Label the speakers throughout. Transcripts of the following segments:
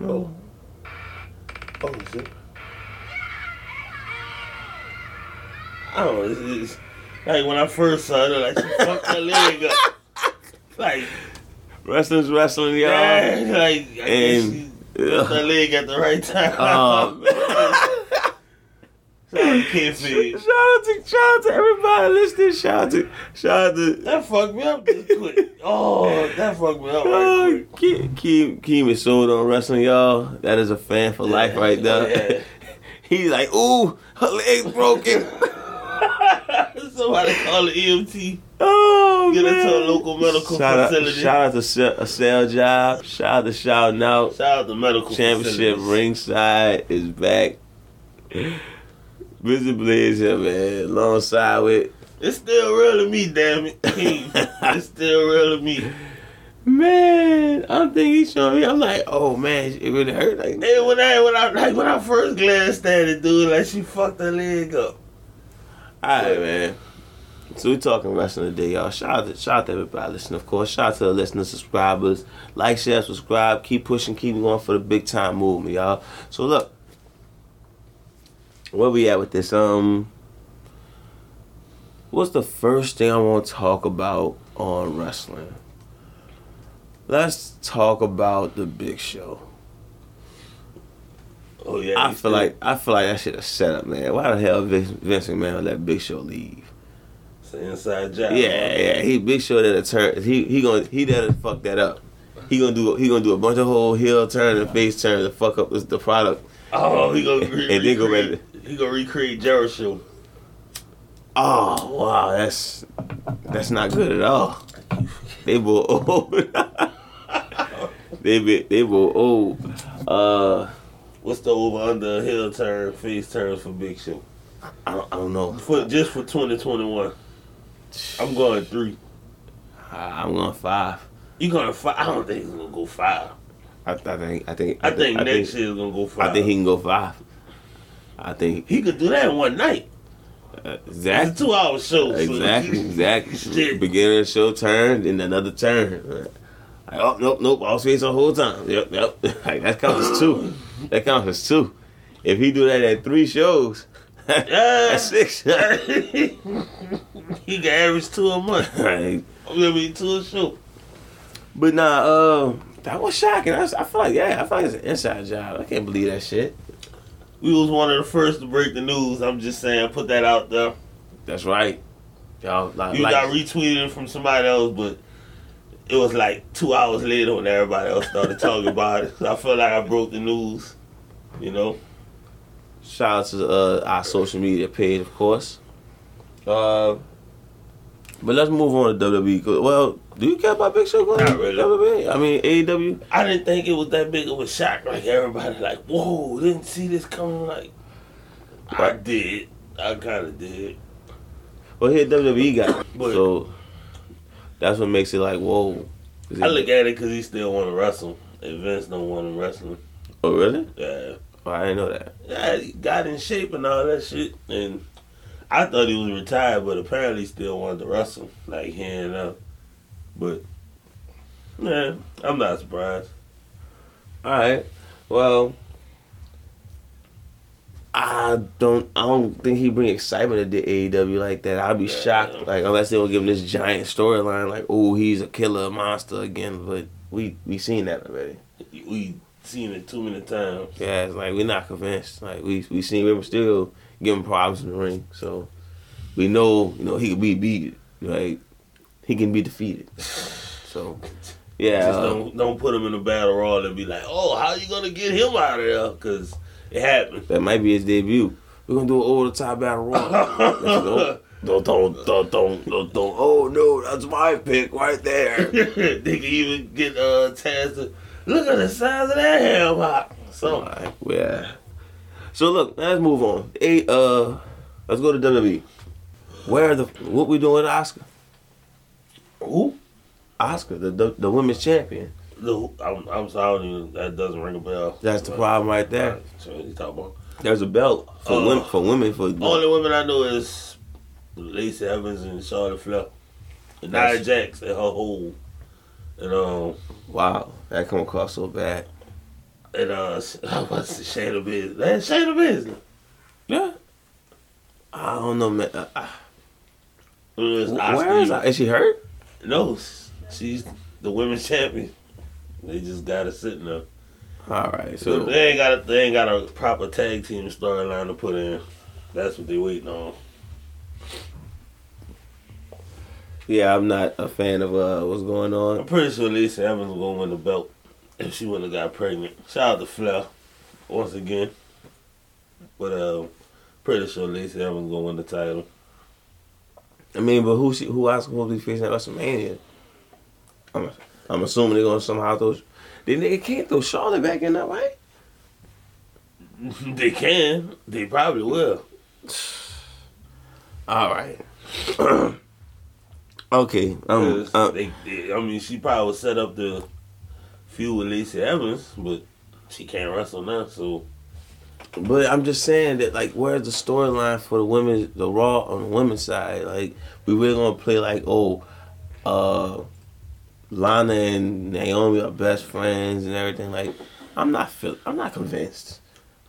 Speaker 1: Oh. I don't know. It's, it's, like when I first saw it, like she fucked that leg up. Like
Speaker 2: Wrestling's wrestling, y'all.
Speaker 1: man, like I guess
Speaker 2: And-
Speaker 1: she fucked that leg at the right time.
Speaker 2: Um, Uh-huh.
Speaker 1: so I can't see.
Speaker 2: shout out to shout out to everybody listening. Shout out to shout out to
Speaker 1: That fucked me up just quick. Oh, that fucked me up.
Speaker 2: uh,
Speaker 1: Right quick.
Speaker 2: Keem Keem- Keem is sold on wrestling, y'all. That is a fan for life right there.
Speaker 1: Yeah.
Speaker 2: He's like, ooh, her leg's broken.
Speaker 1: Somebody call the E EMT.
Speaker 2: Oh,
Speaker 1: Get her
Speaker 2: man.
Speaker 1: to a local medical
Speaker 2: shout Out,
Speaker 1: facility.
Speaker 2: shout out to Se- a sale job. Shout out to shouting out.
Speaker 1: Shout out to medical
Speaker 2: Championship
Speaker 1: facilities.
Speaker 2: ringside is back. Mr. Blaze here, man. Alongside with
Speaker 1: It's still real to me, damn it. it's still real to me.
Speaker 2: man. I'm thinking he's showing me. I'm like, oh man, it really hurt like that.
Speaker 1: And when I when I like when I first glanced at it, dude, like she fucked her leg up.
Speaker 2: All right, man. So we talking wrestling today, y'all. Shout out to shout out to everybody listening, of course. Shout out to the listeners, subscribers, like, share, subscribe. Keep pushing, keep going for the big time movement, y'all. So look, where we at with this? Um, what's the first thing I want to talk about on wrestling? Let's talk about the Big Show.
Speaker 1: Oh yeah.
Speaker 2: I
Speaker 1: you
Speaker 2: feel
Speaker 1: see?
Speaker 2: like I feel like that shit is set up, man. Why the hell Vince, Vince McMahon let Big Show leave?
Speaker 1: it's an inside job.
Speaker 2: Yeah, yeah. He big sure that a turn. He he gonna he that fuck that up. He gonna do he gonna do a bunch of whole heel turn and face turn to fuck up this, the product.
Speaker 1: Oh, he gonna re-
Speaker 2: And they go
Speaker 1: recreate- He gonna recreate Jericho.
Speaker 2: Oh wow, that's that's not good at all. They both old. they be, they both old. Uh,
Speaker 1: What's the over under hill turn face turns for Big Show?
Speaker 2: I don't, I don't know.
Speaker 1: For just for twenty twenty one. I'm going three.
Speaker 2: I, I'm going five.
Speaker 1: You gonna five? I don't think he's gonna go five.
Speaker 2: I, I think I think
Speaker 1: I think
Speaker 2: I
Speaker 1: next
Speaker 2: think,
Speaker 1: year's gonna go five.
Speaker 2: I think he can go five. I think
Speaker 1: he could do that in one night.
Speaker 2: uh,
Speaker 1: It's
Speaker 2: Zach.
Speaker 1: a two hour show. so-
Speaker 2: Exactly, exactly.
Speaker 1: Shit.
Speaker 2: Beginning of the show turn, then another turn. Like, oh nope, nope, all space the whole time. Yep, yep. Like that counts as two. That counts as two. If he do that at three shows, that's six. Like,
Speaker 1: he can average two a month. I mean, two a show.
Speaker 2: but nah, uh, that was shocking. I, was- I feel like yeah, I feel like it's an inside job. I can't believe that shit.
Speaker 1: We was one of the first to break the news. I'm just saying, put that out there.
Speaker 2: That's right. Y'all like,
Speaker 1: You got
Speaker 2: like
Speaker 1: retweeted from somebody else, but it was like two hours later when everybody else started talking about it. So I felt like I broke the news. You know,
Speaker 2: shout out to uh, our social media page, of course. Uh, but let's move on to WWE. 'cause- Well, do you care about Big Show going
Speaker 1: Not
Speaker 2: to
Speaker 1: really.
Speaker 2: WWE? E? I mean AEW.
Speaker 1: I didn't think it was that big of a shock. Like everybody, like, whoa, didn't see this coming. Like, I
Speaker 2: Right.
Speaker 1: did. I kind of did.
Speaker 2: Well, here WWE got it.
Speaker 1: But-
Speaker 2: so that's what makes it like whoa. Is
Speaker 1: I
Speaker 2: it-
Speaker 1: look at it because he still want to wrestle. And Vince don't want him wrestling.
Speaker 2: oh really?
Speaker 1: Yeah.
Speaker 2: Oh, I didn't know that.
Speaker 1: Yeah, he got in shape and all that shit. And I thought he was retired, but apparently he still wanted to wrestle, like here and up. But yeah, I'm not surprised.
Speaker 2: All right. Well, I don't. I don't think he bring excitement to the AEW like that. I'd be
Speaker 1: Yeah.
Speaker 2: shocked, like unless they will give him this giant storyline, like oh he's a killer monster again. But we we seen that already.
Speaker 1: We seen it too many times.
Speaker 2: Yeah, it's like we're not convinced. Like we we seen Rey Mysterio giving problems in the ring, so we know you know he can be beat. Right, he can be defeated. So yeah,
Speaker 1: Just
Speaker 2: uh,
Speaker 1: don't don't put him in a battle royal and be like, oh, how you gonna get him out of there? Because it happened.
Speaker 2: that might be his debut. We're gonna do an over the top battle royal. don't, don't, don't, don't, don't, don't, don't. Oh no, that's my pick right there.
Speaker 1: they can even get uh Taz to look at the size of that ham hock.
Speaker 2: All
Speaker 1: So
Speaker 2: right, yeah. So look, let's move on. Hey, uh, let's go to WWE. Where the what we doing, with Oscar?
Speaker 1: who?
Speaker 2: Oscar, the the, the women's champion.
Speaker 1: The, who- I'm, I'm sorry, I don't even, that doesn't ring a bell.
Speaker 2: That's the problem right there.
Speaker 1: So what you talking about?
Speaker 2: There's a belt for
Speaker 1: Uh,
Speaker 2: women. For women, for
Speaker 1: Only women I know is Lacey Evans and Charlotte Flair, and Nia
Speaker 2: That's-
Speaker 1: Jax and her whole, and um
Speaker 2: wow, that come across so bad.
Speaker 1: and uh what's Shayna Baszler? That's Shayna Baszler.
Speaker 2: Yeah, I I don't know, man. Uh, uh,
Speaker 1: Where's
Speaker 2: where is, I, is she hurt?
Speaker 1: No, she's the women's champion. They just got her sitting there.
Speaker 2: All right, so
Speaker 1: they ain't got a, they ain't got a proper tag team storyline to put in. That's what they waiting on.
Speaker 2: yeah, I'm not a fan of uh, what's going
Speaker 1: I'm
Speaker 2: on.
Speaker 1: pretty sure Lacey Evans was gonna win the belt if she wouldn't have got pregnant. Shout out to Flair once again, but uh, pretty sure Lacey Evans gonna win the title.
Speaker 2: I mean, but who she, who else will be facing at WrestleMania? I'm I'm assuming they're gonna somehow throw. They, they can't throw Charlotte back in there, right?
Speaker 1: they can, they probably will.
Speaker 2: All right. okay. Um.
Speaker 1: 'Cause
Speaker 2: uh,
Speaker 1: they, they, I mean, she probably was set up to feud with Lacey Evans, but she can't wrestle now, so
Speaker 2: But I'm just saying that, like, where's the storyline for the women, the Raw on the women's side? Like, we really gonna play like, oh, uh, Lana and Naomi are best friends and everything. Like, I'm not feel, I'm not convinced.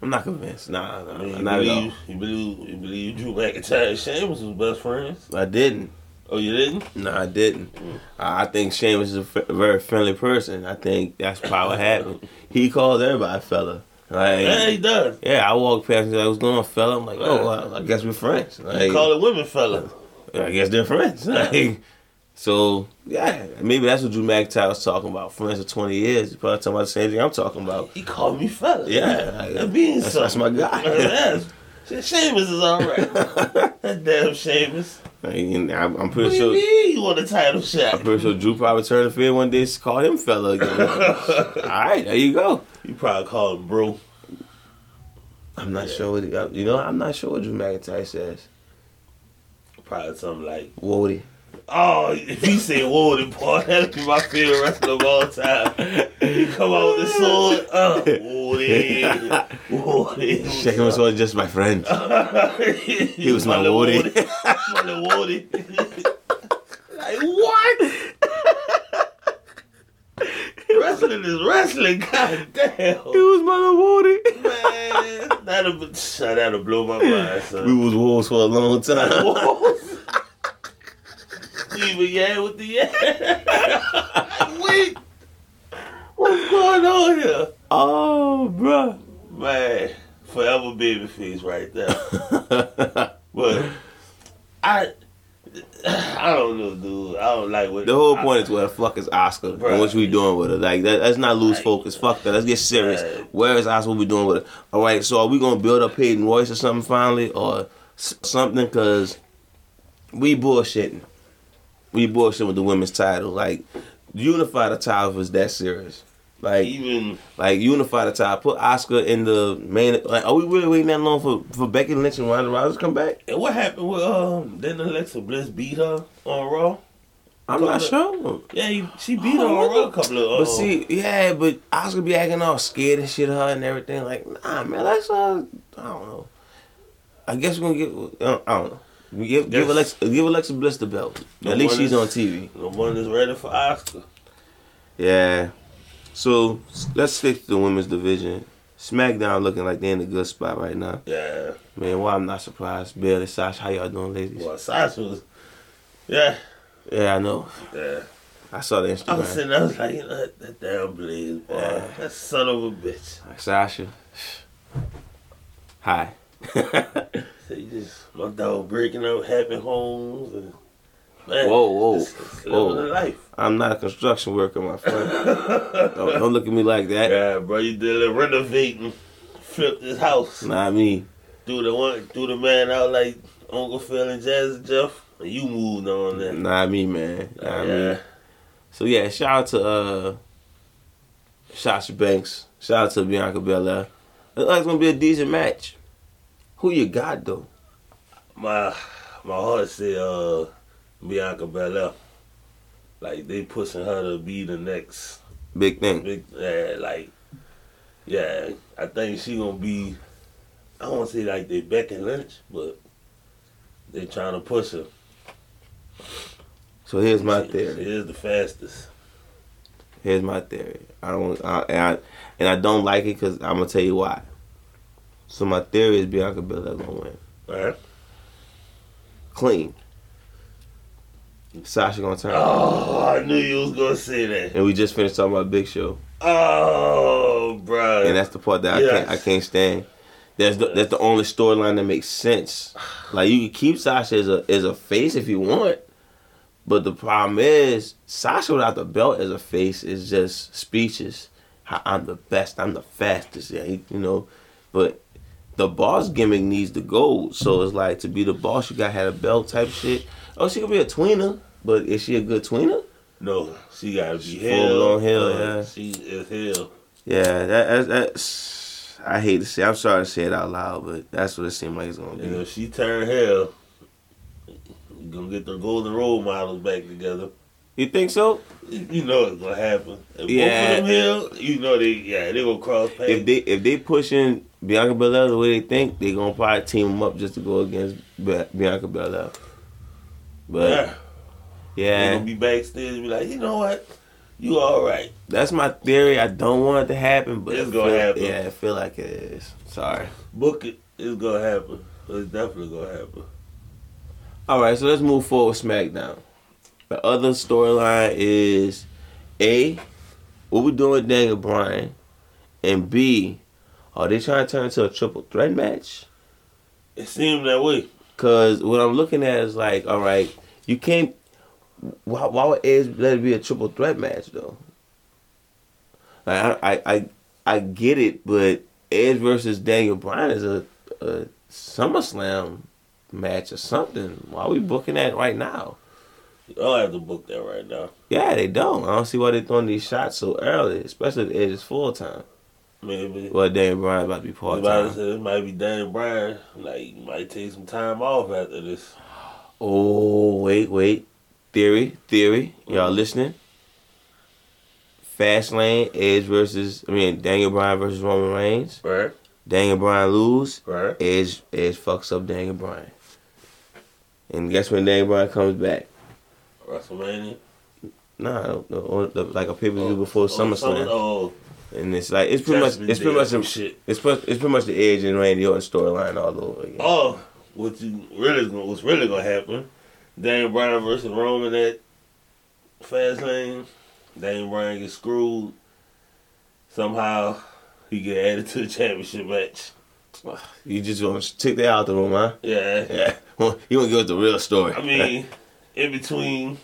Speaker 2: I'm not convinced. Nah, nah,
Speaker 1: I mean,
Speaker 2: nah
Speaker 1: you
Speaker 2: not at
Speaker 1: believe,
Speaker 2: all.
Speaker 1: you believe you believe Drew McIntyre and Sheamus was best friends?
Speaker 2: I didn't.
Speaker 1: Oh, you didn't?
Speaker 2: No, I didn't. I I think Sheamus is a f- very friendly person. I think that's probably what happened. He calls everybody fella. Like,
Speaker 1: Yeah, he does.
Speaker 2: yeah, I walked past and he's like, what's going on, fella? I'm like, oh, well, I guess we're friends.
Speaker 1: They
Speaker 2: Like,
Speaker 1: call it women fella.
Speaker 2: I guess they're friends. Like, so yeah, maybe that's what Drew McIntyre was talking about. Friends for twenty years. He's probably talking about the same thing I'm talking about.
Speaker 1: He called me fella.
Speaker 2: Yeah, like,
Speaker 1: That means
Speaker 2: that's, that's
Speaker 1: something.
Speaker 2: my guy.
Speaker 1: Yes. Sheamus is all right. that damn Sheamus.
Speaker 2: I mean, I'm, I'm
Speaker 1: What
Speaker 2: pretty
Speaker 1: do you
Speaker 2: sure.
Speaker 1: mean you want a title shot?
Speaker 2: I'm pretty sure Drew probably turned a fan one day, and called him fella again. All right, there you go.
Speaker 1: You probably call him bro.
Speaker 2: I'm not sure what he, uh, you know. I'm not sure what Drew McIntyre says.
Speaker 1: Probably something like,
Speaker 2: Woody.
Speaker 1: oh, if he say Warden Paul, that'd be my favorite wrestler of all time. He come out with the sword. Uh, Warden. Warden.
Speaker 2: Shaking his sword, just my friend.
Speaker 1: he
Speaker 2: was my Wardy.
Speaker 1: My little Wardy.
Speaker 2: Like what?
Speaker 1: wrestling is wrestling. God
Speaker 2: He
Speaker 1: damn.
Speaker 2: was my Woody.
Speaker 1: Man, that'll, son, that'll blow my mind, son.
Speaker 2: We was wolves for a long time.
Speaker 1: Wolf. Even yeah with the yeah. Wait, what's going on here,
Speaker 2: Oh, bruh.
Speaker 1: man? Forever baby face right there. But I, I don't know, dude. I don't like what
Speaker 2: The whole point is where the fuck is Oscar and what
Speaker 1: Bruh.
Speaker 2: we doing with her? Like that, let's not lose
Speaker 1: Like-
Speaker 2: focus. Fuck that. Let's get serious.
Speaker 1: Right.
Speaker 2: Where is Oscar? What we doing with her? All right. So are we gonna build up Peyton Royce or something finally, or s- something? Cause we bullshitting. We bullshitting with the women's title. Like unify the title if it's that serious. Like
Speaker 1: even
Speaker 2: like unify the title. Put Oscar in the main. Like are we really waiting that long for for Becky Lynch and Ronda Rousey to come back?
Speaker 1: and what happened with um? Didn't Alexa Bliss beat her on Raw?
Speaker 2: I'm not sure.
Speaker 1: Yeah, you- she beat her
Speaker 2: Oh,
Speaker 1: on
Speaker 2: what
Speaker 1: Raw a
Speaker 2: the-
Speaker 1: couple of. Uh,
Speaker 2: But see, yeah, but Oscar be acting all scared and shit of her and everything. Like, nah, man, that's uh, I don't know. I guess we're gonna get. I don't, I don't know. We give give
Speaker 1: Yes.
Speaker 2: Alexa give Alexa Bliss the belt.
Speaker 1: The
Speaker 2: At least
Speaker 1: one
Speaker 2: she's on
Speaker 1: that's-
Speaker 2: TV.
Speaker 1: uh, the one that's ready for Oscar.
Speaker 2: Yeah. So s- let's stick to the women's division. SmackDown looking like they in a good spot right now.
Speaker 1: Yeah.
Speaker 2: Man, why I'm not surprised. Bailey, Sasha, how y'all doing, ladies?
Speaker 1: Well, Sasha was, yeah,
Speaker 2: Yeah, I know.
Speaker 1: yeah.
Speaker 2: I saw the
Speaker 1: I was
Speaker 2: Instagram.
Speaker 1: sitting, I was like, you know, that, that damn Blaze, boy, that son of a bitch.
Speaker 2: Sasha. Hi.
Speaker 1: So you just my dog breaking up happy homes and man,
Speaker 2: Whoa, whoa,
Speaker 1: just- just living
Speaker 2: whoa.
Speaker 1: the life.
Speaker 2: I'm not a construction worker, my friend. don't, don't look at me like that.
Speaker 1: Yeah, bro, you did a renovating, flipped this house,
Speaker 2: Not me.
Speaker 1: threw the one, threw the man out like Uncle Phil and Jazzy Jeff, and you moved on there.
Speaker 2: Not me, man. Not
Speaker 1: yeah,
Speaker 2: me. So yeah, shout out to uh Sasha Banks. Shout out to Bianca Belair. Looks like it's gonna be a decent match. Who you got though?
Speaker 1: my my heart said uh, Bianca Belair. Like they pushing her to be the next
Speaker 2: Big thing.
Speaker 1: big yeah, like yeah, I think she gonna be I don't wanna say like they Becky Lynch, but they trying to push her.
Speaker 2: So here's my
Speaker 1: She-
Speaker 2: theory.
Speaker 1: She is the fastest.
Speaker 2: Here's my theory. I don't I, and, I, and I don't like it because I'm gonna tell you why. So my theory is Bianca Belair gonna win.
Speaker 1: Right?
Speaker 2: clean. Sasha gonna turn.
Speaker 1: Oh, I knew you was gonna say that.
Speaker 2: And we just finished talking about Big Show,
Speaker 1: Oh, bro.
Speaker 2: and that's the part that I can't I
Speaker 1: Yes.
Speaker 2: can't stand. That's the, that's the only storyline that makes sense. Like you can keep Sasha as a as a face if you want, but the problem is Sasha without the belt as a face is just speeches. How I'm the best, I'm the fastest, yeah, you know. But the boss gimmick needs to go. So it's like to be the boss, you gotta have a belt type shit. Oh, she could be a tweener, but is she a good tweener?
Speaker 1: no, she gotta be
Speaker 2: Full
Speaker 1: hell.
Speaker 2: on hell,
Speaker 1: Uh,
Speaker 2: yeah.
Speaker 1: She is hell.
Speaker 2: Yeah, that, that that's. I hate to say. I'm sorry to say it out loud, but that's what it seemed like it's gonna be.
Speaker 1: And if she turn hell, you gonna get the golden role models back together.
Speaker 2: You think so?
Speaker 1: You know it's gonna happen. If both
Speaker 2: Yeah.
Speaker 1: of them hell, you know they yeah, they gonna cross paths.
Speaker 2: If they if they pushing Bianca Belair the way they think, they gonna probably team them up just to go against Be- Bianca Belair. But
Speaker 1: yeah, they
Speaker 2: yeah,
Speaker 1: gonna be backstage and be like, you know what? You all right.
Speaker 2: that's my theory. I don't want it to happen, but
Speaker 1: It's
Speaker 2: I
Speaker 1: gonna
Speaker 2: feel-
Speaker 1: happen.
Speaker 2: Yeah, I feel like it is. Sorry.
Speaker 1: Book it. It's gonna happen. It's definitely gonna happen.
Speaker 2: All right, so let's move forward. with SmackDown. The other storyline is a what we doing, with Daniel Bryan, and B are they trying to turn into a triple threat match?
Speaker 1: It seemed that way.
Speaker 2: Cause what I'm looking at is like, all right, you can't. Why, why would Edge let it be a triple threat match though? Like, I, I, I, I get it, but Edge versus Daniel Bryan is a, a SummerSlam match or something. Why are we booking that right now?
Speaker 1: You don't have to book that right now.
Speaker 2: Yeah, they don't. I don't see why they're throwing these shots so early, especially if Edge is full time.
Speaker 1: Maybe.
Speaker 2: Well, Daniel Bryan about to be part
Speaker 1: Somebody
Speaker 2: time.
Speaker 1: said it might be Dan Bryan. Like, you might take some time off after this.
Speaker 2: Oh, wait, wait. Theory, theory. Y'all
Speaker 1: Mhm.
Speaker 2: listening? Fastlane, Edge versus, I mean, Daniel Bryan versus Roman Reigns.
Speaker 1: Right?
Speaker 2: Daniel Bryan lose.
Speaker 1: Right?
Speaker 2: Edge, Edge fucks up Daniel Bryan. And guess when Daniel Bryan comes back?
Speaker 1: WrestleMania.
Speaker 2: Nah, the, the, like a pay per view before
Speaker 1: Oh,
Speaker 2: SummerSlam.
Speaker 1: Oh,
Speaker 2: And it's like, it's pretty much,
Speaker 1: Judgment
Speaker 2: it's pretty
Speaker 1: Day
Speaker 2: much
Speaker 1: or
Speaker 2: some
Speaker 1: shit.
Speaker 2: It's pretty, it's pretty much the Edge and Randy Orton storyline all over again.
Speaker 1: Oh, what you really gonna- what's really gonna happen? Daniel Bryan versus Roman at Fast Lane. Daniel Bryan gets screwed. Somehow he get added to the championship match.
Speaker 2: You just gonna take that out the room, huh?
Speaker 1: Yeah.
Speaker 2: Yeah. Well, you gonna give us the real story.
Speaker 1: I mean, in between,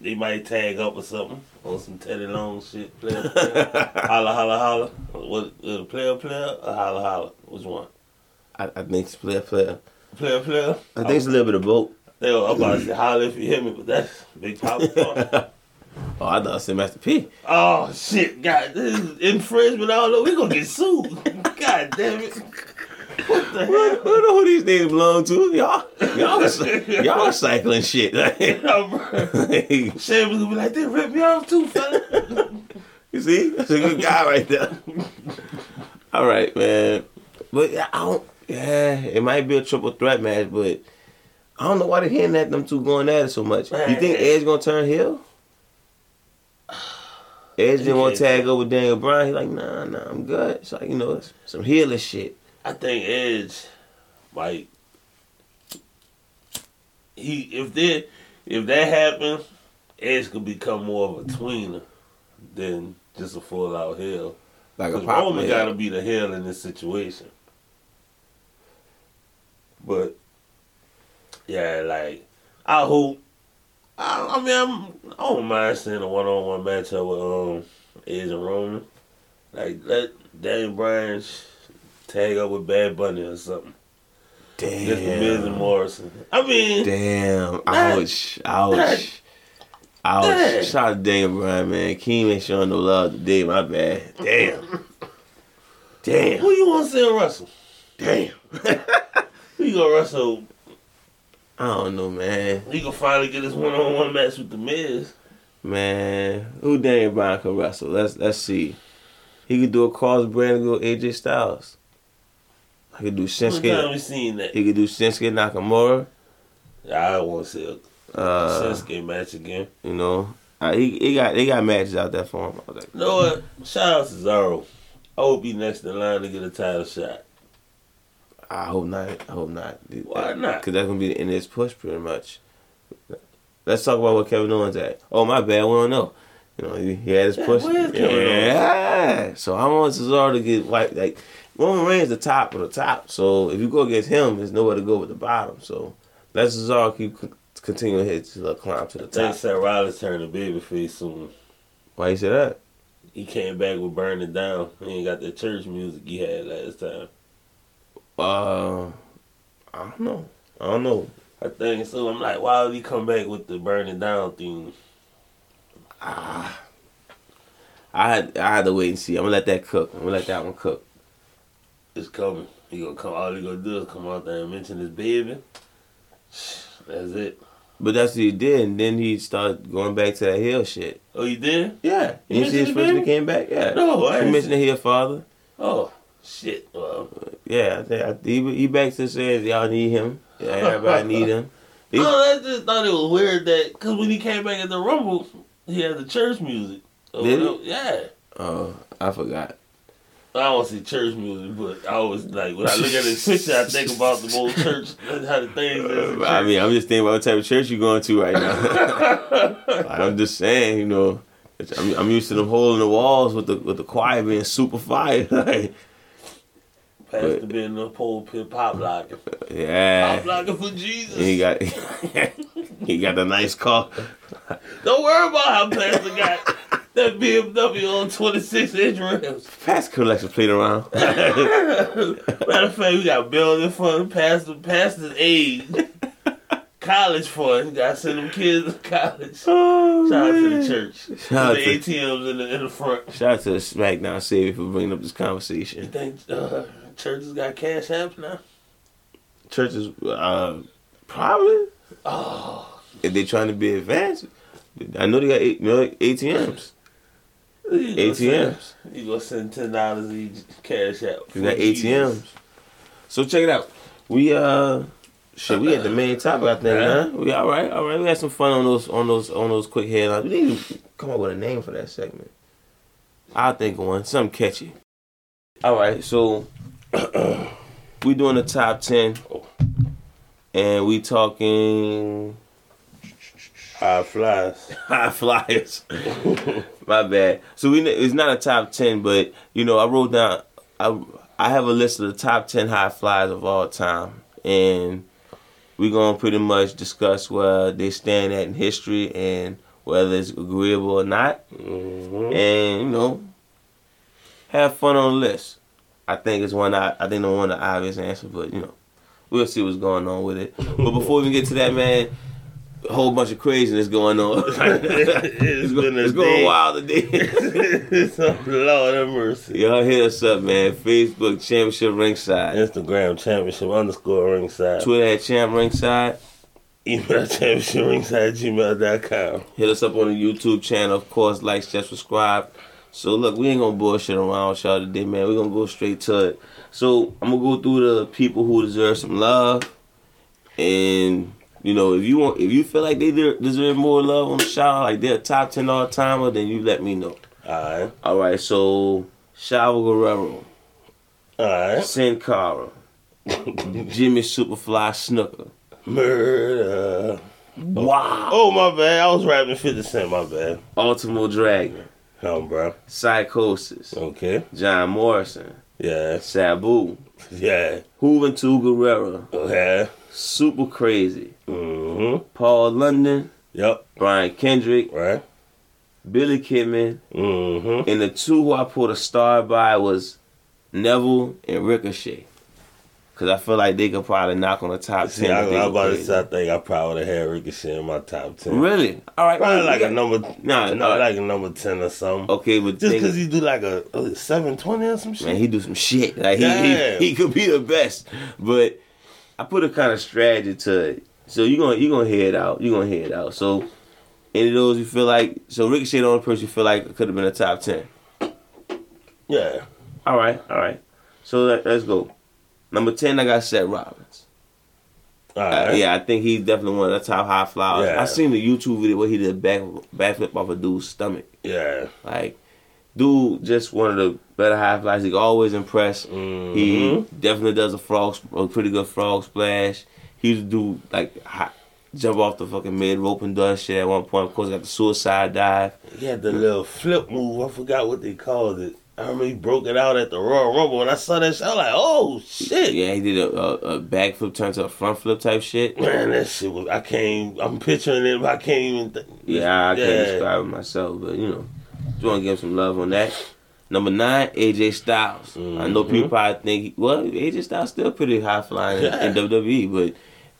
Speaker 1: they might tag up or something on some Teddy Long shit. Player, player. holla, holla, holla. What uh, player, player? Or holla, holla. Which one?
Speaker 2: I, I think it's player, player.
Speaker 1: Player, player.
Speaker 2: I think it's a little bit of both.
Speaker 1: They were, I'm about to say holla if you hear me, but that's Big Papa.
Speaker 2: Oh, I thought I said Master P.
Speaker 1: Oh shit, god, this is infringement all over. We gonna get sued. God damn it. What the
Speaker 2: I
Speaker 1: hell?
Speaker 2: don't know who these things belong to. Y'all, y'all, was- y'all cycling shit.
Speaker 1: No, bro.
Speaker 2: you
Speaker 1: Shameless gonna be like, they ripped me off too, fella.
Speaker 2: see, that's a good guy right there. All right, man. But I don't. Yeah, it might be a triple threat match, but I don't know why they're hitting at them two going at it so much. You think Edge gonna turn heel? Edge didn't want to tag up with Daniel Bryan. He's like, nah, nah, I'm good. It's like you know, it's some heelish shit.
Speaker 1: I think Edge, like, he if that if that happens, Edge could become more of a tweener than just a full out heel.
Speaker 2: Like a
Speaker 1: Because
Speaker 2: pop
Speaker 1: Roman got to be the heel in this situation. But yeah, like I hope. I, I mean, I'm, I don't mind seeing a one on one matchup with um Edge and Roman. Like let Daniel Bryan sh- tag up with Bad Bunny or something. Just for Miz and
Speaker 2: Damn.
Speaker 1: Morrison. I mean,
Speaker 2: Damn.
Speaker 1: That-
Speaker 2: Ouch. Ouch.
Speaker 1: that- that-
Speaker 2: Ouch. Shout out to Daniel Bryan, man. Keem ain't showing no love today, my bad. Damn. Damn.
Speaker 1: who you want to see him wrestle?
Speaker 2: Damn.
Speaker 1: He gonna wrestle.
Speaker 2: I don't know, man.
Speaker 1: He gonna finally get his one on one match with the Miz.
Speaker 2: Man, who Daniel Bryan could wrestle? Let's let's see. He could do a Carlos Brand and go AJ Styles. I could do
Speaker 1: When time
Speaker 2: Shinsuke.
Speaker 1: we seen that?
Speaker 2: He could do Shinsuke Nakamura.
Speaker 1: I want to see a
Speaker 2: Uh,
Speaker 1: Sasuke match again.
Speaker 2: you know, uh, he, he got they got matches out there for him. I was like,
Speaker 1: You know what? Shout out to Cesaro. I hope he next in line to get a title shot.
Speaker 2: I hope not. I hope not.
Speaker 1: Why not?
Speaker 2: Because that's gonna be the end of his push, pretty much. Let's talk about what Kevin Owens at. Oh my bad, we don't know. You know, he, he had his
Speaker 1: Yeah,
Speaker 2: push.
Speaker 1: where is Kevin
Speaker 2: yeah. So I want Cesaro to get wiped. Like Roman Reigns, the top of the top. So if you go against him, there's nowhere to go with the bottom. So let Cesaro keep c- continuing his little climb to the
Speaker 1: Take
Speaker 2: top.
Speaker 1: Seth Rollins turned a baby face soon.
Speaker 2: Why you say that?
Speaker 1: He came back with Burn It Down. He ain't got the church music he had last time.
Speaker 2: Uh, I don't know. I don't know.
Speaker 1: I think so. I'm like, why would he come back with the Burn It Down theme?
Speaker 2: Ah. I had I had to wait and see. I'm gonna let that cook. I'm gonna let that one cook.
Speaker 1: It's coming. He gonna come. All he gonna do is come out there and mention his baby. That's it.
Speaker 2: But that's what he did, and then he started going back to that hill shit.
Speaker 1: Oh, you did?
Speaker 2: Yeah,
Speaker 1: You
Speaker 2: you see his
Speaker 1: mentioned
Speaker 2: first
Speaker 1: the
Speaker 2: when he came back. Yeah,
Speaker 1: No, I
Speaker 2: he
Speaker 1: didn't
Speaker 2: mentioned that he a father.
Speaker 1: Oh, shit. Well,
Speaker 2: Yeah, I think I, he he back to saying y'all need him. Yeah, everybody need him. He-
Speaker 1: oh, I just thought it was weird that because when he came back at the Rumble, he had the church music. Or
Speaker 2: Did he?
Speaker 1: whatever. Yeah.
Speaker 2: Oh, I forgot.
Speaker 1: I don't see church music, but I always like when I look at this picture, I think about the whole church, how the things is.
Speaker 2: I mean, I'm just thinking about what type of church you going to right now. Like, I'm just saying, you know, it's- I'm, I'm used to them holding the walls with the with the choir being super fire. Like,
Speaker 1: Pastor being in the pulpit, pop locking, pop
Speaker 2: yeah,
Speaker 1: locking for Jesus.
Speaker 2: he got he got the nice car.
Speaker 1: Don't worry about how Pastor got that BMW on 26 inch rims.
Speaker 2: Fast collection played around.
Speaker 1: Matter of fact, we got building fund, Pastor, Pastor's aid, college fund. Got to send them kids to college. Shout
Speaker 2: Oh,
Speaker 1: out to
Speaker 2: man.
Speaker 1: the church, With
Speaker 2: Shout out
Speaker 1: the
Speaker 2: to-
Speaker 1: ATMs in the in the front.
Speaker 2: Shout out to the SmackDown Savior for bringing up this
Speaker 1: You
Speaker 2: conversation.
Speaker 1: think uh, churches got cash apps now?
Speaker 2: Churches, uh, probably
Speaker 1: Oh.
Speaker 2: if they're trying to be advanced. I know they got eight, you know, ATMs.
Speaker 1: You gonna send-
Speaker 2: ATMs.
Speaker 1: You gonna send ten dollars each cash out?
Speaker 2: They got ATMs. So check it out. We uh, shit, we at the main topic. I think,
Speaker 1: Yeah.
Speaker 2: huh? We all right, all right. We had some fun on those, on those, on those quick headlines. We need to come up with a name for that segment. I'll think of one, something catchy. All right, so we doing the top ten, and we talking.
Speaker 1: High flies.
Speaker 2: high flyers. My bad. So we it's not a top ten, but you know I wrote down I I have a list of the top ten high flyers of all time, and we're gonna pretty much discuss where they stand at in history and whether it's agreeable or not,
Speaker 1: Mm-hmm.
Speaker 2: and you know have fun on the list. I think it's one I I think the one the obvious answer, but you know we'll see what's going on with it. But before we get to that, man. A whole bunch of craziness going on.
Speaker 1: it's
Speaker 2: It's,
Speaker 1: been
Speaker 2: go,
Speaker 1: a
Speaker 2: it's
Speaker 1: day.
Speaker 2: going wild today.
Speaker 1: oh, Lord have mercy.
Speaker 2: Y'all hit us up, man. Facebook Championship Ringside.
Speaker 1: Instagram championship underscore ringside.
Speaker 2: Twitter at Champ Ringside.
Speaker 1: Email championship ringside gmail.com.
Speaker 2: Hit us up on the YouTube channel, of course. Like, share, subscribe. So look, we ain't gonna bullshit around with y'all today, man. We're gonna go straight to it. So I'm gonna go through the people who deserve some love, and you know, if you want, if you feel like they de- deserve more love on the shout, like they're a top ten all timer, then you let me know.
Speaker 1: Alright.
Speaker 2: All right, so Chavo Guerrero.
Speaker 1: Alright.
Speaker 2: Sin Cara, Jimmy Superfly Snooker.
Speaker 1: Murder.
Speaker 2: Wow.
Speaker 1: Oh, my bad. I was rapping 50 Cent, my bad.
Speaker 2: Ultimo Dragon,
Speaker 1: Um, bro.
Speaker 2: Psychosis,
Speaker 1: Okay.
Speaker 2: John Morrison,
Speaker 1: Yeah.
Speaker 2: Sabu,
Speaker 1: Yeah.
Speaker 2: Juventud Guerrero,
Speaker 1: Okay.
Speaker 2: Super Crazy,
Speaker 1: Mm-hmm.
Speaker 2: Paul London,
Speaker 1: Yep.
Speaker 2: Brian Kendrick,
Speaker 1: Right.
Speaker 2: Billy Kidman,
Speaker 1: Mm-hmm.
Speaker 2: and the two who I put a star by was Neville and Ricochet. Cause I feel like they could probably knock on the top
Speaker 1: See,
Speaker 2: ten.
Speaker 1: I,
Speaker 2: if they
Speaker 1: I
Speaker 2: go
Speaker 1: about to
Speaker 2: crazy.
Speaker 1: say I think I probably had Ricochet in my top ten.
Speaker 2: Really? All right.
Speaker 1: Probably
Speaker 2: we
Speaker 1: like a
Speaker 2: got-
Speaker 1: number,
Speaker 2: Nah,
Speaker 1: no,
Speaker 2: uh,
Speaker 1: like a number ten or something.
Speaker 2: Okay, but
Speaker 1: Just
Speaker 2: think-
Speaker 1: because he do like a, a seven twenty or some shit.
Speaker 2: Man, he do some shit. Like he,
Speaker 1: Damn.
Speaker 2: he, he could be the best. But I put a kind of strategy to it. So you gonna you gonna head out. You gonna head out. So any of those you feel like so Ricochet the only person you feel like could have been a top ten.
Speaker 1: yeah,
Speaker 2: All right, all right. So let, let's go. Number ten, I got Seth Rollins.
Speaker 1: all
Speaker 2: Uh,
Speaker 1: right.
Speaker 2: yeah, I think he's definitely one of the top high flyers.
Speaker 1: Yeah.
Speaker 2: I seen the YouTube video where he did a back backflip off a dude's stomach.
Speaker 1: yeah.
Speaker 2: Like dude just one of the better high flies. He always impressed.
Speaker 1: Mm-hmm.
Speaker 2: He definitely does a frog, sp- a pretty good frog splash. He used to do like high, jump off the fucking mid rope and does shit at one point. Of course, got the suicide dive.
Speaker 1: He had the little flip move. I forgot what they called it. I remember he broke it out at the Royal Rumble. When I saw that shit, I was like, oh, shit.
Speaker 2: Yeah, he did a, a, a back flip turn to a front flip type shit.
Speaker 1: Man, that shit was. I can't. I'm picturing it, but I can't even. Th-
Speaker 2: Yeah, I
Speaker 1: Yeah.
Speaker 2: can't describe it myself, but you know, just want to give him some love on that. Number nine, AJ Styles. I know people probably think, he- well, AJ Styles still pretty high flying in- in,
Speaker 1: Yeah.
Speaker 2: WWE, but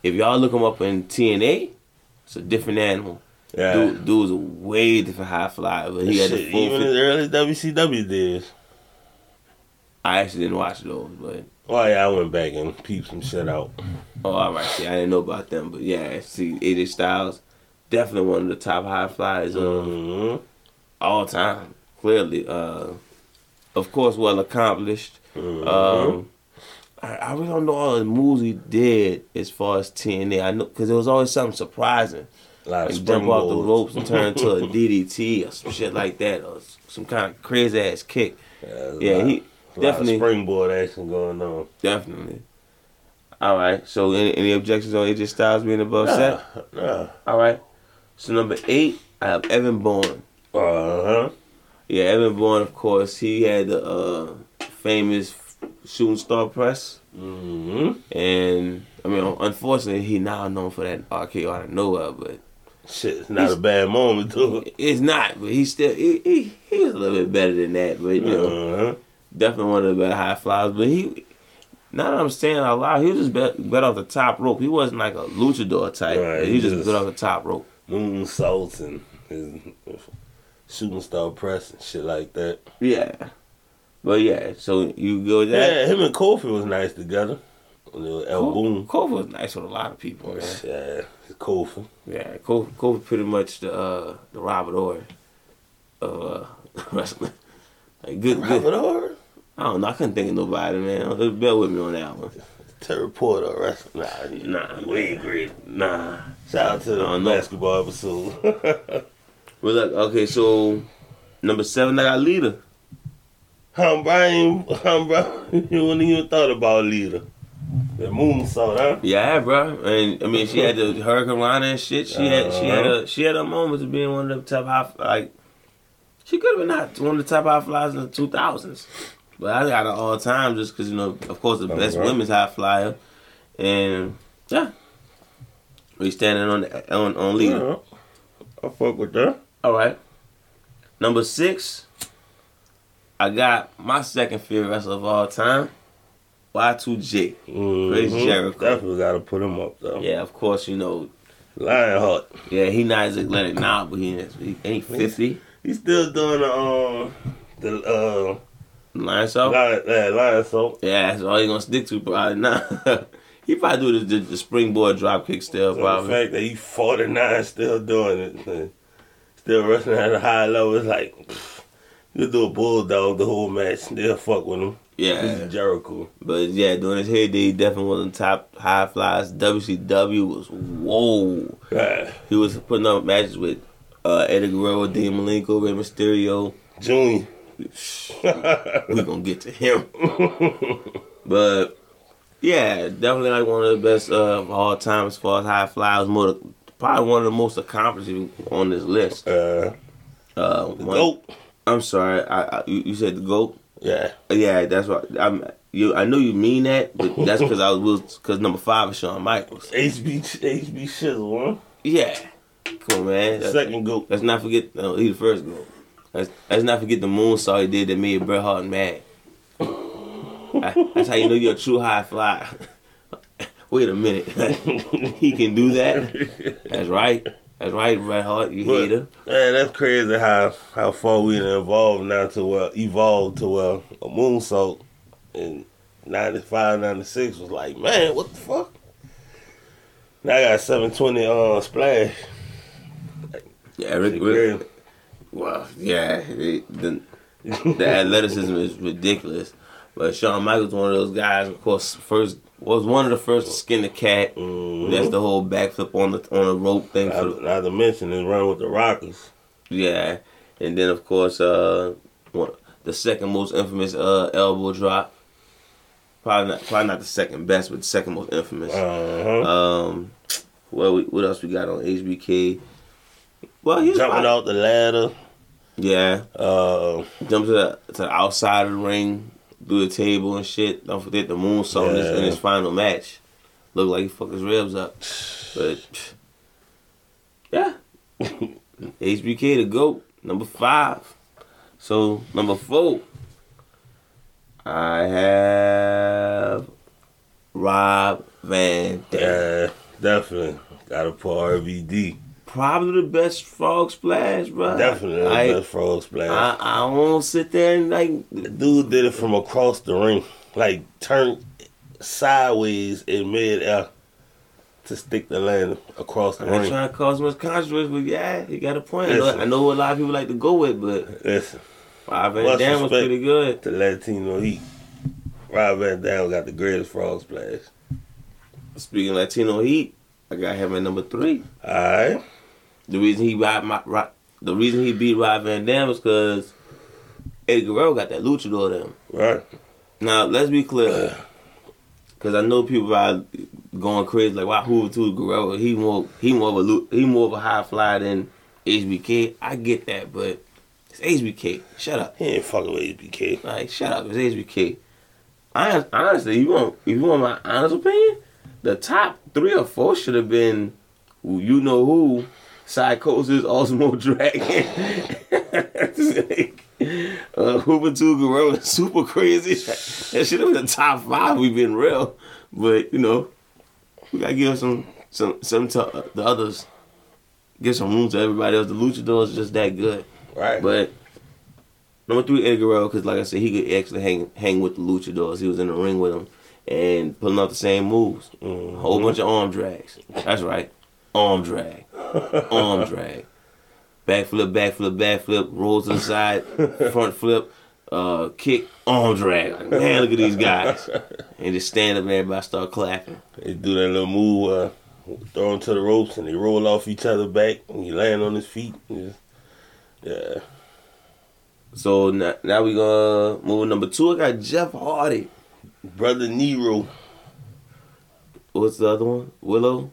Speaker 2: if y'all look him up in TNA, it's a different animal.
Speaker 1: Yeah.
Speaker 2: Dude, dude's a way different high flyer, but he had
Speaker 1: shit,
Speaker 2: the full.
Speaker 1: even his
Speaker 2: fif-
Speaker 1: early WCW days.
Speaker 2: I actually didn't watch those, but
Speaker 1: Oh yeah, I went back and peeped some shit out.
Speaker 2: oh, all right, see, I didn't know about them, but yeah, see, AJ Styles, definitely one of the top high flyers. Um,
Speaker 1: hmm
Speaker 2: all time. Clearly, uh, of course, well accomplished.
Speaker 1: Mm-hmm.
Speaker 2: Um, I, I really don't know all the moves he did as far as TNA. I know because there was always something surprising.
Speaker 1: A lot of
Speaker 2: Like jump off the
Speaker 1: Uh, springboards.
Speaker 2: ropes and turn into a DDT or some shit like that or s- some kind of crazy ass kick.
Speaker 1: there's a
Speaker 2: Yeah,
Speaker 1: lot-
Speaker 2: he
Speaker 1: a lot of
Speaker 2: definitely,
Speaker 1: springboard action going on.
Speaker 2: definitely. All right. So, any, any objections on AJ Styles being above set?
Speaker 1: Nah.
Speaker 2: All right. So number eight, I have Evan Bourne.
Speaker 1: Uh huh.
Speaker 2: Yeah, Evan Bourne, of course, he had the uh, famous shooting star press,
Speaker 1: hmm
Speaker 2: and I mean, unfortunately, he now known for that RKO out of nowhere, but
Speaker 1: Shit, it's not
Speaker 2: He's-
Speaker 1: a bad moment to
Speaker 2: it's not. But he still, he, he, he was a little bit better than that, but you
Speaker 1: it.
Speaker 2: know,
Speaker 1: Uh-huh.
Speaker 2: definitely one of the better high flyers. But he, now that I'm saying out loud, he was just bet, bet off the top rope. He wasn't like a luchador type.
Speaker 1: Right,
Speaker 2: he
Speaker 1: he
Speaker 2: just
Speaker 1: just-
Speaker 2: bet off the top rope.
Speaker 1: Moon salts and his shooting star press and shit like that.
Speaker 2: Yeah, but yeah. So you go with
Speaker 1: Yeah,
Speaker 2: that.
Speaker 1: him and Kofi was nice together. Little El
Speaker 2: Cole,
Speaker 1: Boom.
Speaker 2: Cole was nice with a lot of people, man.
Speaker 1: Yeah, Kofi.
Speaker 2: Yeah, Kobe, Kobe pretty much the uh, the Robert Orr of uh, wrestling. Like good,
Speaker 1: Robert
Speaker 2: good.
Speaker 1: Orr?
Speaker 2: I don't know. I couldn't think of nobody, man. Bear with me on that one.
Speaker 1: Terry Porter or wrestling. Nah, you-
Speaker 2: Nah,
Speaker 1: you ain't great.
Speaker 2: Nah.
Speaker 1: Shout out to
Speaker 2: I
Speaker 1: the
Speaker 2: don't know.
Speaker 1: basketball episode.
Speaker 2: Well, look, okay, so number seven, I got Lita.
Speaker 1: Hum Brian, hum Brian, you wouldn't even thought about leader. The moonsault, huh?
Speaker 2: Yeah, bro. And I mean, she had the Hurricane Rana and shit. She had she had
Speaker 1: Uh-huh.
Speaker 2: a she had a moment of being one of the top high like. She could have been not one of the top high flyers in the two thousands, but I got her all time just because you know, of course, the best
Speaker 1: Uh-huh.
Speaker 2: women's high flyer, and yeah, we standing on on on leader.
Speaker 1: Yeah. I fuck with that.
Speaker 2: All right, number six. I got my second favorite wrestler of all time, Y two J. Chris
Speaker 1: Mhm.
Speaker 2: Jericho.
Speaker 1: Definitely gotta put him up though.
Speaker 2: Yeah, of course, you know
Speaker 1: Lionheart.
Speaker 2: Yeah, he not as athletic now, but he is. He ain't fifty.
Speaker 1: He's still doing the um the uh
Speaker 2: Line so
Speaker 1: lion, that lion salt.
Speaker 2: yeah, that's all he gonna stick to probably now. he probably do the, the, the springboard drop kick still
Speaker 1: So the
Speaker 2: probably.
Speaker 1: fact that he's forty nine still doing it, man. still wrestling at a high level, it's like pfft, you do a bulldog the whole match, still fuck with him. This
Speaker 2: Yeah,
Speaker 1: is Jericho.
Speaker 2: but yeah, during his heyday, he definitely one of the top high flies. WCW was whoa.
Speaker 1: Yeah.
Speaker 2: He was putting up matches with uh, Eddie Guerrero, Dean Malenko, Rey Mysterio.
Speaker 1: Junior.
Speaker 2: we gonna get to him. but yeah, definitely like one of the best uh, of all time as far as high flyers. More probably one of the most accomplished on this list.
Speaker 1: Uh,
Speaker 2: Uh, one-
Speaker 1: nope.
Speaker 2: I'm sorry, I, I you you said the goat.
Speaker 1: Yeah.
Speaker 2: Yeah, that's right. I'm you. I know you mean that, but that's because I was because number five is Shawn Michaels.
Speaker 1: HB HB Shizzle,
Speaker 2: Yeah, come on, man.
Speaker 1: huh? Second goat.
Speaker 2: Let's not forget. No, he the first goal. Let's, let's not forget the moonsault he did that made Bret Hart mad. I- that's how you know you're a true high flyer. Wait a minute, he can do that. That's right. That's right, Bret Hart. You
Speaker 1: But,
Speaker 2: hater.
Speaker 1: Man, that's crazy how how far we done evolved now to well evolved to well a moonsault in 95, 96 was like, man, what the fuck? Now I got seven twenty uh splash.
Speaker 2: Yeah, Rick.
Speaker 1: Yeah.
Speaker 2: Rick well, yeah. it- the, the athleticism is ridiculous. But Shawn Michaels, one of those guys, of course, first was one of the first to skin the cat.
Speaker 1: Mm-hmm.
Speaker 2: That's the whole backflip on the on the rope thing for the,
Speaker 1: Not, not to mention his run with the Rockers.
Speaker 2: Yeah, and then of course, uh, One, the second most infamous uh, elbow drop. Probably not, probably not the second best, but the second most infamous.
Speaker 1: Uh-huh.
Speaker 2: Um, well, we, what else we got on HBK? Well, he was
Speaker 1: Jumping
Speaker 2: probably-
Speaker 1: out the ladder.
Speaker 2: Yeah,
Speaker 1: Uh,
Speaker 2: jumped to the, to the outside of the ring, through the table and shit. Don't forget the moonsault in, his, in his
Speaker 1: Yeah.
Speaker 2: final match. Looked like he fucked his ribs up, but yeah, HBK the goat number five. So number four, I have Rob Van Dam.
Speaker 1: yeah, definitely. Got to pull RVD.
Speaker 2: Probably the best frog splash, bro.
Speaker 1: Definitely the
Speaker 2: I,
Speaker 1: best frog splash.
Speaker 2: I, I won't sit there and like
Speaker 1: Dude did it from across the ring, like turned sideways in mid air to stick the land across the
Speaker 2: I'm not
Speaker 1: ring.
Speaker 2: trying to cause much controversy, but yeah, he got a point. I know,
Speaker 1: Listen.
Speaker 2: I know a lot of people like to go with, but
Speaker 1: Listen,
Speaker 2: Rob Van
Speaker 1: Much
Speaker 2: Dam was
Speaker 1: respect.
Speaker 2: pretty good.
Speaker 1: the Latino Heat. Rob Van Dam got the greatest frog splash.
Speaker 2: Speaking of Latino Heat, I got him at number three.
Speaker 1: All right.
Speaker 2: The reason he robbed my Rob, the reason he beat Rob Van Dam was because Eddie Guerrero got that luchador to him.
Speaker 1: Right.
Speaker 2: Now let's be clear, because I know people are going crazy like, "Why Hoover to Guerrero? He more he more of a lu- he more of a high flyer than HBK." I get that, but it's HBK. Shut up.
Speaker 1: He ain't fucking with HBK.
Speaker 2: Like, shut up, it's HBK. Honest, honestly, you want if you want my honest opinion, the top three or four should have been who you know who, Psychosis, Osmo Dragon, uh, Hoover Two Gorilla, Super Crazy. That should have been the top five. We've been real, but you know, we gotta give some some some to uh, the others. Give some room to everybody else. The Luchador is just that good.
Speaker 1: Right.
Speaker 2: But number three, Eddie Guerrero, because like I said, he could actually hang hang with the luchadors. He was in the ring with them and pulling out the same moves. A whole bunch of arm drags. That's right. Arm drag. arm drag. Backflip, backflip, backflip, rolls to the side, front flip, uh, kick, arm drag. Like, man, look at these guys. And just stand up and everybody start clapping.
Speaker 1: They do that little move, uh, throw him to the ropes, and they roll off each other back, and he land on his feet. Yeah. yeah.
Speaker 2: So now, now we gonna move to number two. I got Jeff Hardy.
Speaker 1: Brother Nero.
Speaker 2: What's the other one? Willow?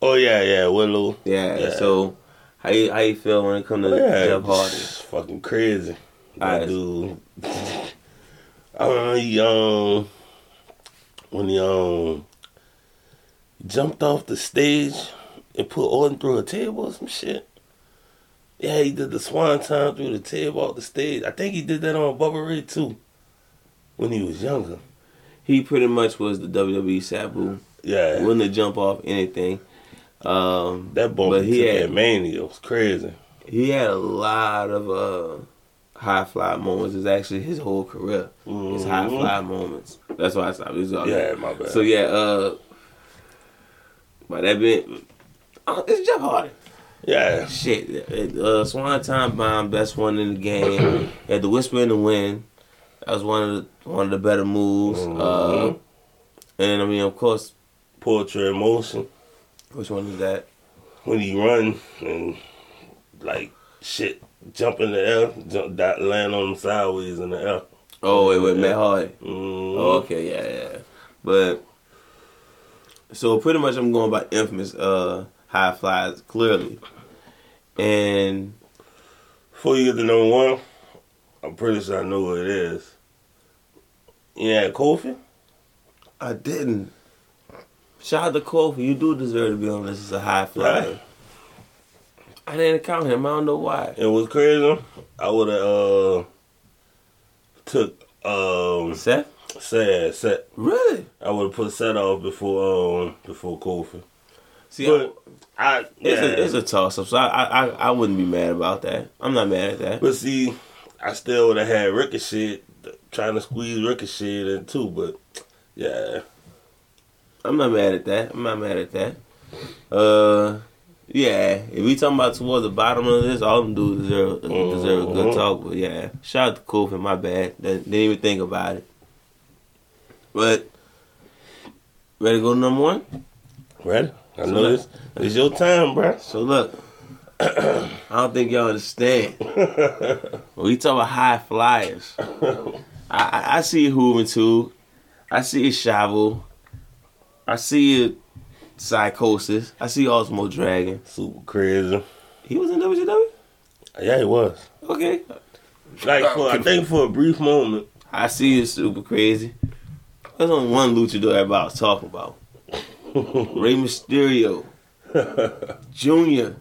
Speaker 1: Oh, yeah, yeah, Willow.
Speaker 2: Yeah.
Speaker 1: Yeah.
Speaker 2: So how you, how you feel when it comes to
Speaker 1: Yeah,
Speaker 2: Jeff Hardy?
Speaker 1: it's fucking crazy. That
Speaker 2: Alright.
Speaker 1: dude. I remember he um when he um jumped off the stage and put Orton through a table or some shit. Yeah, he did the swan time through the table off the stage. I think he did that on Bubba Ray too. When he was younger.
Speaker 2: He pretty much was the WWE Sabu.
Speaker 1: Yeah.
Speaker 2: Wouldn't have jump off anything. Um,
Speaker 1: that bump
Speaker 2: but
Speaker 1: but
Speaker 2: he
Speaker 1: he
Speaker 2: had-
Speaker 1: had mania was crazy.
Speaker 2: he had a lot of uh, high fly moments. It's actually his whole career. His high
Speaker 1: Mhm.
Speaker 2: fly moments. That's why I stopped. It was all
Speaker 1: Yeah, my bad.
Speaker 2: So yeah. Uh, but that been uh, it's Jeff Hardy.
Speaker 1: yeah.
Speaker 2: Shit, uh, Swan Time Bomb, best one in the game. Had the Whisper in the Wind. That was one of the one of the better moves. Uh,
Speaker 1: Mhm.
Speaker 2: and I mean, of course,
Speaker 1: Portrait in motion.
Speaker 2: which one is that?
Speaker 1: when he run and like shit jump in the air, jump that land on him sideways in the air.
Speaker 2: Oh, it was Matt
Speaker 1: Yeah.
Speaker 2: Hardy.
Speaker 1: Mm.
Speaker 2: Oh, okay, yeah, yeah. But so pretty much, I'm going by infamous uh, high flies clearly, and
Speaker 1: Before you get to number one, I'm pretty sure I know what it is. Yeah, Kofi.
Speaker 2: I didn't. Shout out to Kofi. You do deserve to be on this as a high flyer.
Speaker 1: Right.
Speaker 2: I didn't count him. I don't know why.
Speaker 1: It was crazy. I would have uh took um
Speaker 2: Seth?
Speaker 1: Sad Set.
Speaker 2: Really?
Speaker 1: I would have put Set off before um before Kofi.
Speaker 2: See,
Speaker 1: But I
Speaker 2: I, it's,
Speaker 1: yeah.
Speaker 2: a, it's a toss up. So I, I, I wouldn't be mad about that. I'm not mad at that.
Speaker 1: But see, I still would have had Ricochet trying to squeeze Ricochet in too. But yeah,
Speaker 2: I'm not mad at that. I'm not mad at that. Uh, yeah. If we talking about towards the bottom of this, all them dudes deserve deserve a good
Speaker 1: Mhm.
Speaker 2: talk. But yeah, shout out to Kofi. My bad. They didn't even think about it. But ready to go to number one.
Speaker 1: ready? I
Speaker 2: So
Speaker 1: know
Speaker 2: let-
Speaker 1: this. It's your time, bruh.
Speaker 2: So look, I don't think y'all understand. when we talk about high flyers, I, I, I see Hooven too. I see Shovel. I see Psychosis. I see Osmo Dragon.
Speaker 1: Super crazy.
Speaker 2: He was in WCW?
Speaker 1: Yeah, he was.
Speaker 2: Okay.
Speaker 1: Like, for, I think for a brief moment.
Speaker 2: I see you super crazy. There's only one luchador everybody was talking about. Rey Mysterio. Junior.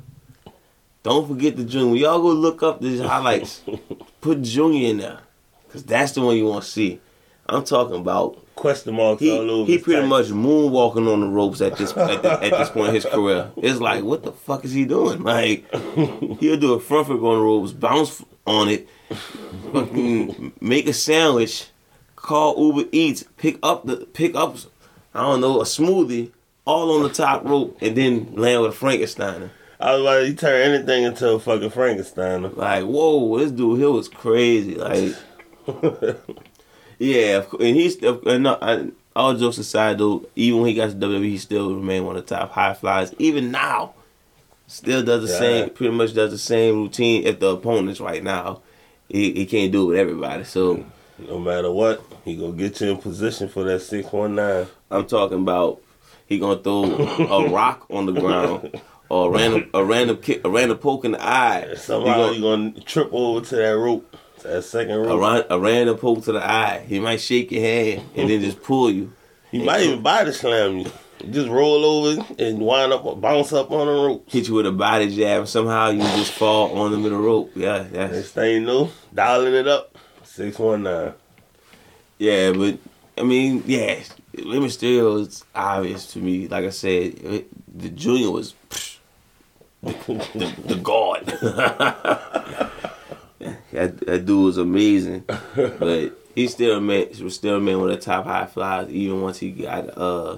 Speaker 2: Don't forget the Junior. When y'all go look up these highlights, put Junior in there. Because that's the one you want to see. I'm talking about.
Speaker 1: Question marks
Speaker 2: He,
Speaker 1: all over.
Speaker 2: he
Speaker 1: his
Speaker 2: pretty
Speaker 1: tight.
Speaker 2: much moonwalking on the ropes at this at, the, at this point in his career. It's like, what the fuck is he doing? Like, he'll do a front flip on the ropes, bounce on it, fucking make a sandwich, call Uber Eats, pick up the pick up, I don't know, a smoothie, all on the top rope, and then land with a Frankenstein.
Speaker 1: I was like, he turned anything into a fucking Frankenstein.
Speaker 2: Like, whoa, this dude here was crazy. Like, yeah, of cou- and he's of- and no, I, all jokes aside though. Even when he got to WWE, he still remained one of the top high flyers. Even now, still does the
Speaker 1: Yeah.
Speaker 2: same, pretty much does the same routine. If the opponents right now, he, he can't do it with everybody. So
Speaker 1: No matter what, he gonna get you in position for that six one nine.
Speaker 2: I'm talking about he gonna throw a rock on the ground. Or a random, a random kick, a random poke in the eye. He
Speaker 1: Somehow
Speaker 2: gonna-
Speaker 1: you gonna trip over to that rope, to that second
Speaker 2: a,
Speaker 1: rope.
Speaker 2: ran, a random poke to the eye. He might shake your hand and then just pull you.
Speaker 1: He might even body slam you. Just roll over and wind up, bounce up on the rope.
Speaker 2: Hit you with a body jab, and somehow you just fall on the middle rope. Yeah, that's
Speaker 1: Next thing you know, dialing it up. Six one nine.
Speaker 2: yeah. But I mean, yeah, Rey Mysterio is obvious to me. Like I said, it- the Junior was psh, the, the, the god. that, that dude was amazing, but he still man was still a man with the top high flies. Even once he got uh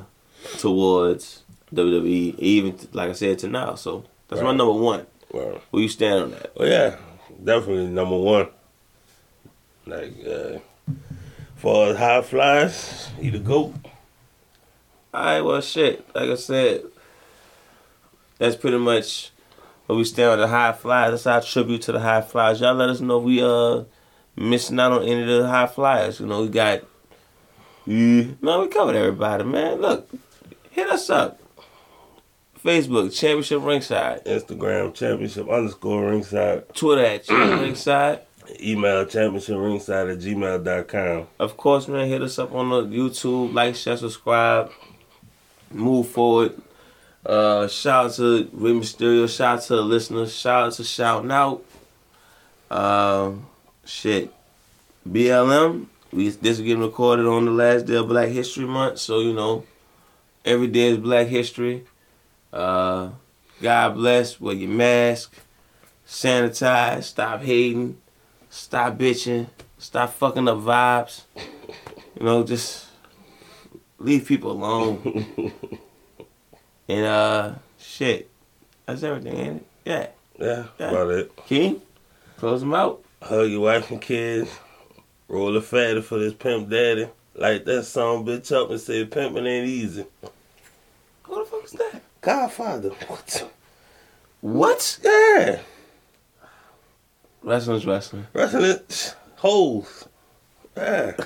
Speaker 2: towards WWE, even like I said to now. So that's my
Speaker 1: Right.
Speaker 2: number one.
Speaker 1: Well,
Speaker 2: Where you stand on that?
Speaker 1: well, oh, yeah, definitely number one. Like, uh, for as high flies, he the goat.
Speaker 2: All right, well, shit. Like I said, that's pretty much where we stand on the high flyers. That's our tribute to the high flyers. Y'all let us know if we uh missing out on any of the high flyers. You know, we got. Yeah. Man, we covered everybody, man. Look, hit us up. Facebook, Championship Ringside.
Speaker 1: Instagram championship underscore ringside.
Speaker 2: Twitter at Championship Ringside.
Speaker 1: Email championship ringside at gmail.com.
Speaker 2: Of course, man, hit us up on the YouTube, like, share, subscribe, move forward. Uh, shout out to Rey Mysterio, shout out to the listeners, shout out to shouting out. Um, shit, BLM. We this is getting recorded on the last day of Black History Month, so you know, every day is Black History. Uh, God bless. Wear your mask. Sanitize. Stop hating. Stop bitching. Stop fucking up vibes. You know, just leave people alone. and uh, shit, that's everything, ain't it? Yeah.
Speaker 1: Yeah,
Speaker 2: Yeah.
Speaker 1: about it.
Speaker 2: King, close them out.
Speaker 1: Hug your wife and kids. Roll a fatty for this pimp daddy. Light that song bitch up and say pimping ain't easy.
Speaker 2: Who the fuck is that?
Speaker 1: Godfather. What?
Speaker 2: What?
Speaker 1: the- Yeah.
Speaker 2: Wrestling's wrestling.
Speaker 1: Wrestling hoes. Yeah.